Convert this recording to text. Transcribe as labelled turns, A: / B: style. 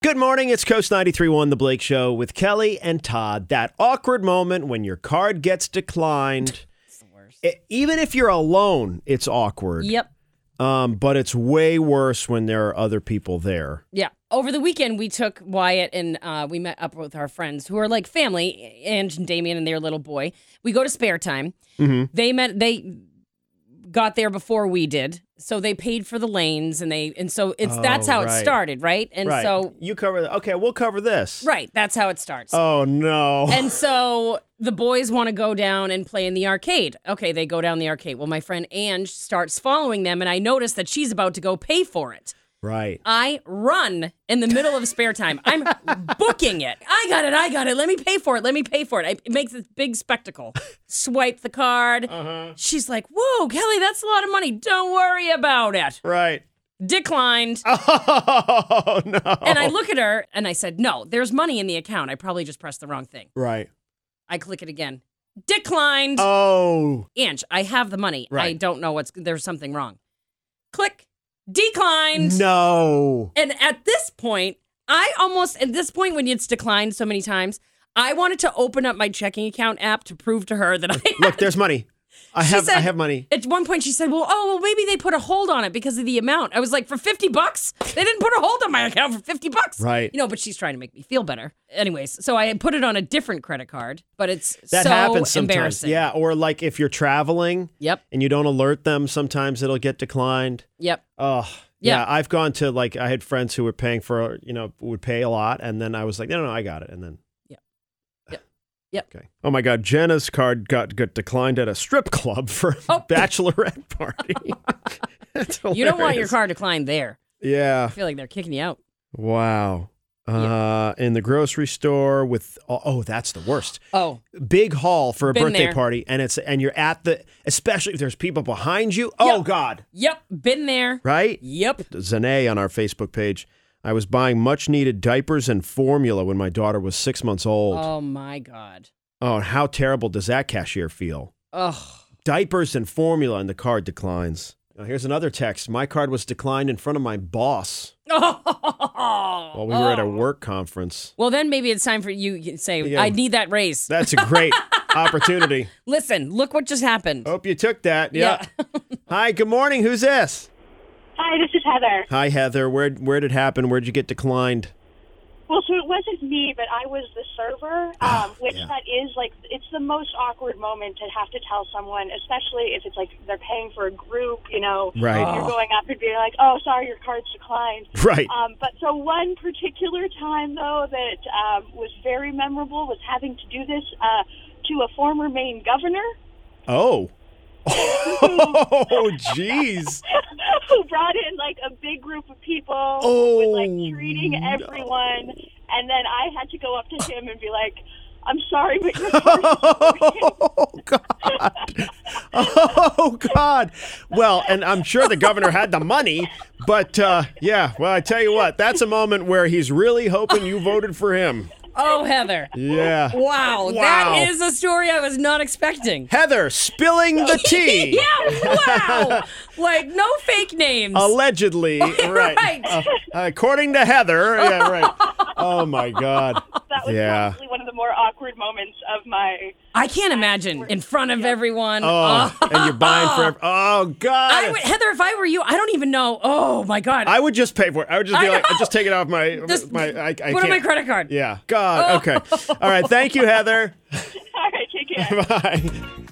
A: Good morning. It's Coast 931 The Blake Show with Kelly and Todd. That awkward moment when your card gets declined.
B: It's the worst.
A: E- even if you're alone, it's awkward.
B: Yep.
A: Um, but it's way worse when there are other people there.
B: Yeah. Over the weekend, we took Wyatt and uh, we met up with our friends who are like family, Ange and Damien and their little boy. We go to spare time.
A: Mm-hmm.
B: They met. They got there before we did, so they paid for the lanes and they and so it's that's
A: Oh,
B: how
A: right.
B: it started, right? And
A: right.
B: so
A: you cover that. Okay, we'll cover this.
B: right, that's how it starts.
A: Oh no.
B: And so the boys want to go down and play in the arcade. Okay, they go down the arcade. Well, my friend Ange starts following them, and I notice that she's about to go pay for it.
A: right.
B: I run in the middle of spare time. I'm booking it. I got it. I got it. Let me pay for it. Let me pay for it. I, it makes this big spectacle. Swipe the card.
A: Uh-huh.
B: She's like, "Whoa, Kelly, that's a lot of money. Don't worry about it."
A: Right.
B: Declined.
A: Oh no.
B: And I look at her and I said, "No, there's money in the account. I probably just pressed the wrong thing."
A: Right.
B: I click it again. Declined.
A: Oh.
B: Ange, I have the money. I
A: Right.
B: don't know what's there's something wrong. Click. Declined.
A: No.
B: And at this point, I almost at this point when it's declined so many times, I wanted to open up my checking account app to prove to her that I
A: Look, there's money. I have I
B: said-
A: have money.
B: At one point, she said, "Well, oh, well, maybe they put a hold on it because of the amount." I was like, "For fifty bucks? They didn't put a hold on my account for fifty bucks,
A: Right.
B: You know." But she's trying to make me feel better, anyways. So I put it on a different credit card, but it's
A: That
B: so
A: happens sometimes.
B: embarrassing.
A: Yeah, or like if you're traveling
B: Yep.
A: and you don't alert them, sometimes it'll get declined.
B: Yep.
A: Oh, yeah.
B: Yeah.
A: I've gone to like I had friends who were paying for you know would pay a lot, and then I was like, no, no, no I got it, and then
B: Yeah. Yep. Yep.
A: Okay. Oh my God, Jenna's card got, got declined at a strip club for a
B: Oh.
A: bachelorette party. That's
B: You don't want your
A: hilarious.
B: card declined there.
A: Yeah.
B: I feel like they're kicking you out.
A: Wow. Uh, in the grocery store with oh, oh, that's the worst.
B: Oh,
A: Big haul for a
B: Been
A: birthday
B: there.
A: party, and it's and you're at the especially if there's people behind you. Oh
B: Yep.
A: God,
B: yep. Been there.
A: right?
B: Yep.
A: Zane on our Facebook page. I was buying much needed diapers and formula when my daughter was six months old. Oh,
B: Oh my god.
A: and how terrible does that cashier feel?
B: Oh.
A: Diapers and formula, and the card declines. Now, here's another text. My card was declined in front of my boss
B: Oh.
A: while we were at a work conference.
B: Well, then maybe it's time for you to say,
A: Yeah.
B: I need that raise.
A: That's a great opportunity.
B: Listen, look what just happened.
A: Hope you took that. Oh, Yeah. Hi, good morning. Who's this?
C: Hi, this is Heather.
A: Hi, Heather. Where where did it happen? Where'd you get declined?
C: Well, so it wasn't me, but I was the server, um, which
A: Ah, yeah.
C: that is like it's the most awkward moment to have to tell someone, especially if it's like they're paying for a group, you know,
A: Right.
C: you're going up and being like, "Oh, sorry, your card's declined."
A: Right.
C: Um, but so one particular time though that um, was very memorable was having to do this uh, to a former Maine governor.
A: Oh. Oh, jeez.
C: who brought in like a big group of people with
A: Oh,
C: like treating everyone and then I had to go up to him and be like I'm sorry but you're
A: Oh God! Oh God! Well, and I'm sure the governor had the money, but uh, yeah. Well, I tell you what, that's a moment where he's really hoping you voted for him.
B: oh, Heather.
A: Yeah.
B: Wow,
A: Wow.
B: That is a story I was not expecting.
A: Heather spilling the tea.
B: Yeah, wow. like, no fake names.
A: Allegedly, right?
B: Right.
A: Uh, according to Heather, yeah, right. Oh my God!
C: that was
A: yeah.
C: probably one of the more awkward moments of my
B: I can't imagine in front of everyone.
A: Oh, and you're buying for. ev- Oh God!
B: I would, Heather, if I were you, I don't even know. Oh, my God.
A: I would just pay for it. I would just be
B: I
A: like,
B: know.
A: just take it off my
B: Just
A: my. I, I
B: Put on
A: can't.
B: my credit card.
A: Yeah. God. Okay. All right. Thank you, Heather.
C: all right take care
A: Bye.